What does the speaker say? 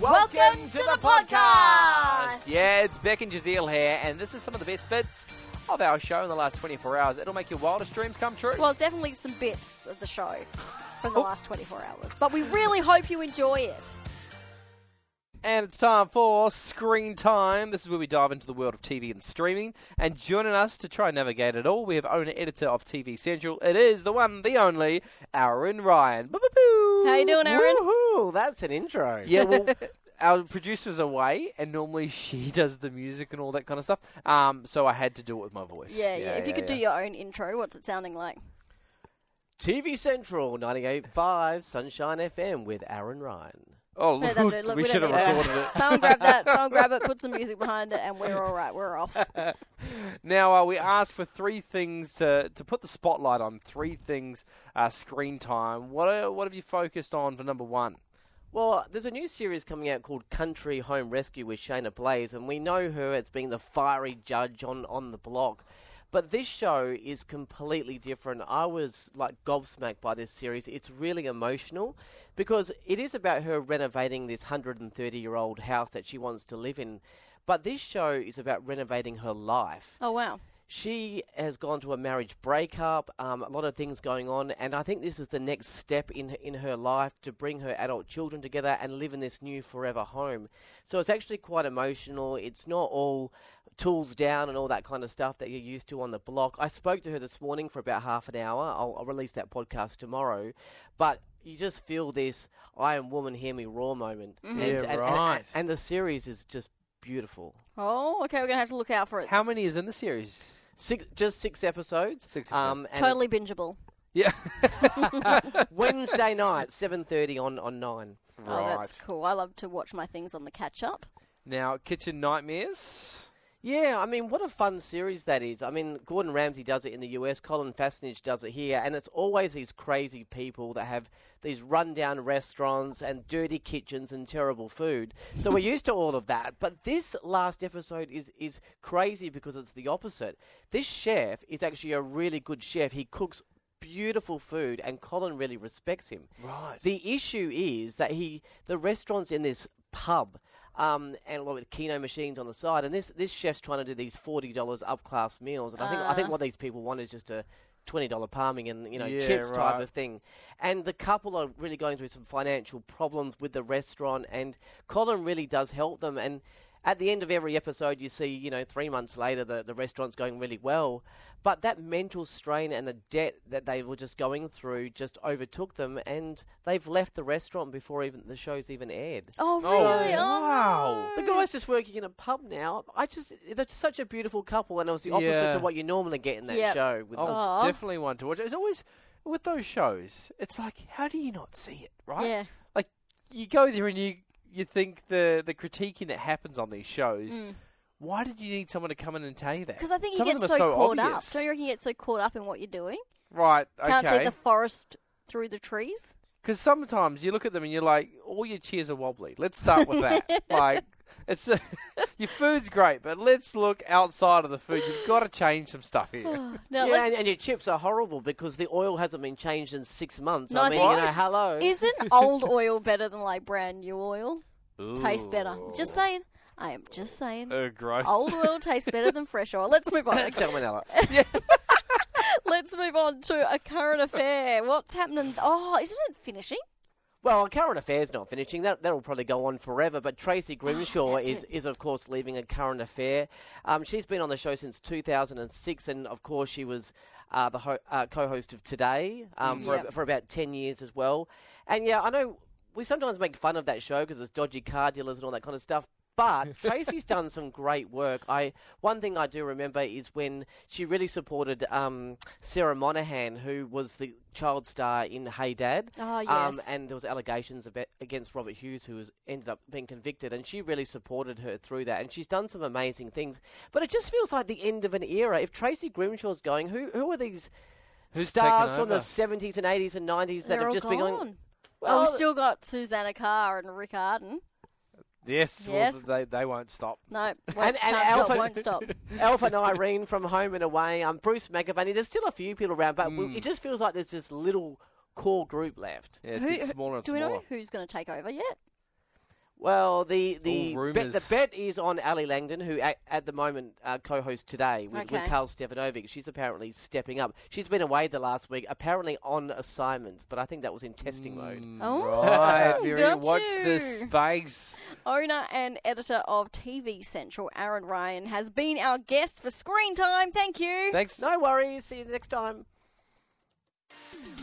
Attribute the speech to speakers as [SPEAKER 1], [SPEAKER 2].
[SPEAKER 1] Welcome to the podcast.
[SPEAKER 2] Yeah, it's Beck and Jazeel here, and this is some of the best bits of our show in the last 24 hours. It'll make your wildest dreams come true.
[SPEAKER 1] Well, it's definitely some bits of the show from the last 24 hours, but we really hope you enjoy it.
[SPEAKER 2] And it's time for Screen Time. This is where we dive into the world of TV and streaming. And joining us to try and navigate it all, we have owner editor of TV Central. It is the one, the only, Aaron Ryan. Boo-boo-boo.
[SPEAKER 1] How you doing, Aaron?
[SPEAKER 3] Woohoo! That's an intro.
[SPEAKER 2] Yeah, well, our producer's away, and normally she does the music and all that kind of stuff. Um, so I had to do it with my voice.
[SPEAKER 1] Yeah, yeah. If you could do your own intro, what's it sounding like?
[SPEAKER 3] TV Central 98.5 Sunshine FM with Aaron Ryan.
[SPEAKER 2] Oh,
[SPEAKER 1] No,
[SPEAKER 2] look,
[SPEAKER 1] don't do it. Look,
[SPEAKER 2] we,
[SPEAKER 1] we
[SPEAKER 2] should
[SPEAKER 1] don't
[SPEAKER 2] have
[SPEAKER 1] need
[SPEAKER 2] recorded it.
[SPEAKER 1] Someone grab that. Someone grab it. Put some music behind it, and we're all right. We're off.
[SPEAKER 2] Now uh, we asked for three things to, to put the spotlight on. Three things, uh, screen time. What are, what have you focused on for number one?
[SPEAKER 3] Well, there's a new series coming out called Country Home Rescue with Shayna Blaze, and we know her as being the fiery judge on, on the block. But this show is completely different. I was like gobsmacked by this series. It's really emotional because it is about her renovating this 130 year old house that she wants to live in. But this show is about renovating her life.
[SPEAKER 1] Oh wow.
[SPEAKER 3] She has gone to a marriage breakup, um, a lot of things going on, and I think this is the next step in in her life to bring her adult children together and live in this new forever home. So it's actually quite emotional. It's not all tools down and all that kind of stuff that you're used to on the block. I spoke to her this morning for about half an hour. I'll, I'll release that podcast tomorrow, but. You just feel this "I am woman, hear me raw" moment,
[SPEAKER 2] Mm-hmm.
[SPEAKER 3] and,
[SPEAKER 2] Yeah,
[SPEAKER 3] and- and-
[SPEAKER 2] right.
[SPEAKER 3] and the series is just beautiful.
[SPEAKER 1] Oh, okay. We're gonna have to look out for it.
[SPEAKER 2] How many is in the series?
[SPEAKER 3] Six, just six episodes.
[SPEAKER 2] Six
[SPEAKER 3] Um, and it's-
[SPEAKER 1] Totally bingeable.
[SPEAKER 2] Yeah,
[SPEAKER 3] Wednesday night, seven thirty on on nine.
[SPEAKER 1] Oh, that's
[SPEAKER 2] Right.
[SPEAKER 1] cool. I love to watch my things on the catch up.
[SPEAKER 2] now kitchen nightmares.
[SPEAKER 3] Yeah, I mean, what a fun series that is. I mean, Gordon Ramsay does it in the US, Colin Fastenage does it here, and it's always these crazy people that have these rundown restaurants and dirty kitchens and terrible food. So we're used to all of that. But this last episode is is crazy because it's the opposite. This chef is actually a really good chef. He cooks beautiful food and Colin really respects him.
[SPEAKER 2] Right.
[SPEAKER 3] The issue is that he the restaurant's in this pub. Um, and along with keno machines on the side, and this this chef's trying to do these forty dollars up class meals, and I think I think what these people want is just a twenty dollar palming and you know
[SPEAKER 2] Yeah,
[SPEAKER 3] chips type
[SPEAKER 2] right.
[SPEAKER 3] of thing. And the couple are really going through some financial problems with the restaurant, and Colin really does help them. And at the end of every episode, you see, you know, three months later, the, the restaurant's going really well. But that mental strain and the debt that they were just going through just overtook them, and they've left the restaurant before even the show's even aired.
[SPEAKER 1] Oh
[SPEAKER 2] Oh,
[SPEAKER 1] really? Oh,
[SPEAKER 2] wow.
[SPEAKER 3] The guy's just working in a pub now. I just, they're just such a beautiful couple, and it was the opposite
[SPEAKER 2] Yeah.
[SPEAKER 3] to what you normally get in that
[SPEAKER 1] Yep.
[SPEAKER 3] show. With
[SPEAKER 2] Oh,
[SPEAKER 1] Aw.
[SPEAKER 2] definitely one to watch. It's always with those shows. It's like, how do you not see it, right?
[SPEAKER 1] Yeah.
[SPEAKER 2] Like you go there and you you think the the critiquing that happens on these shows.
[SPEAKER 1] Mm.
[SPEAKER 2] Why did you need someone to come in and tell you that?
[SPEAKER 1] Because I think
[SPEAKER 2] Some
[SPEAKER 1] you
[SPEAKER 2] of
[SPEAKER 1] get
[SPEAKER 2] them
[SPEAKER 1] so,
[SPEAKER 2] are so
[SPEAKER 1] caught
[SPEAKER 2] obvious.
[SPEAKER 1] up. Don't you reckon you get so caught up in what you're doing?
[SPEAKER 2] Right. Okay.
[SPEAKER 1] Can't see the forest through the trees.
[SPEAKER 2] Because sometimes you look at them and you're like, all your chairs are wobbly. Let's start with that. like, it's your food's great, but let's look outside of the food. You've got to change some stuff here.
[SPEAKER 1] No,
[SPEAKER 3] yeah,
[SPEAKER 1] let's-
[SPEAKER 3] and, and your chips are horrible because the oil hasn't been changed in six months.
[SPEAKER 1] No, I
[SPEAKER 3] I mean,
[SPEAKER 1] think-
[SPEAKER 3] you know, hello.
[SPEAKER 1] Isn't old oil better than like brand new oil? Tastes better. Just saying. I am just saying.
[SPEAKER 3] Uh,
[SPEAKER 2] oh, gross.
[SPEAKER 1] Old oil tastes better than fresh oil. Let's move on. Okay.
[SPEAKER 3] salmonella.
[SPEAKER 1] Let's move on to a current affair. What's happening? Oh, isn't it finishing?
[SPEAKER 3] Well, current affairs not finishing. That that'll probably go on forever. But Tracy Grimshaw
[SPEAKER 1] That's
[SPEAKER 3] is, is of course leaving a current affair. Um, she's been on the show since 2006, and of course she was uh, the ho- uh, co-host of Today um, for,
[SPEAKER 1] Yep.
[SPEAKER 3] for about 10 years as well. And yeah, I know we sometimes make fun of that show because it's dodgy car dealers and all that kind of stuff. But Tracy's done some great work. I one thing I do remember is when she really supported um, Sarah Monahan, who was the child star in Hey Dad.
[SPEAKER 1] Oh,
[SPEAKER 3] Um,
[SPEAKER 1] yes.
[SPEAKER 3] and there was allegations about, against Robert Hughes, who was ended up being convicted, and she really supported her through that, and she's done some amazing things. But it just feels like the end of an era. If Tracy Grimshaw's going, who who are these
[SPEAKER 2] Who's
[SPEAKER 3] stars
[SPEAKER 2] taken
[SPEAKER 3] from the
[SPEAKER 2] over?
[SPEAKER 3] seventies and eighties and nineties that
[SPEAKER 1] They're all
[SPEAKER 3] have just
[SPEAKER 1] gone.
[SPEAKER 3] been going?
[SPEAKER 1] Well,
[SPEAKER 3] Well,
[SPEAKER 1] we've still got Susanna Carr and Rick Arden.
[SPEAKER 2] Yes. well,
[SPEAKER 1] Yes.
[SPEAKER 2] they, they won't stop.
[SPEAKER 1] No,
[SPEAKER 3] and
[SPEAKER 1] won't, can't stop,
[SPEAKER 3] Alpha-
[SPEAKER 1] won't stop.
[SPEAKER 3] Alf and Irene from Home and Away, um, Bruce McAvaney. There's still a few people around, but
[SPEAKER 2] Hmm.
[SPEAKER 3] we- it just feels like there's this little core group left.
[SPEAKER 2] Yeah, it's
[SPEAKER 1] Who-
[SPEAKER 2] getting
[SPEAKER 1] who-
[SPEAKER 2] smaller and
[SPEAKER 1] do we
[SPEAKER 2] smaller.
[SPEAKER 1] know who's going to take over yet?
[SPEAKER 3] Well, the the
[SPEAKER 2] All
[SPEAKER 3] bet, the
[SPEAKER 2] rumours.
[SPEAKER 3] bet is on Ali Langdon, who at, at the moment uh, co-hosts today with, with
[SPEAKER 1] Okay.
[SPEAKER 3] Carl Stefanovic. She's apparently stepping up. She's been away the last week, apparently on assignment, but I think that was in testing
[SPEAKER 2] Mm.
[SPEAKER 3] mode.
[SPEAKER 1] Oh,
[SPEAKER 2] right, Miri,
[SPEAKER 1] got
[SPEAKER 2] watch this
[SPEAKER 1] you.
[SPEAKER 2] space.
[SPEAKER 1] Owner and editor of TV Central, Aaron Ryan, has been our guest for Screen Time. Thank you.
[SPEAKER 2] Thanks.
[SPEAKER 3] No worries. See you next time.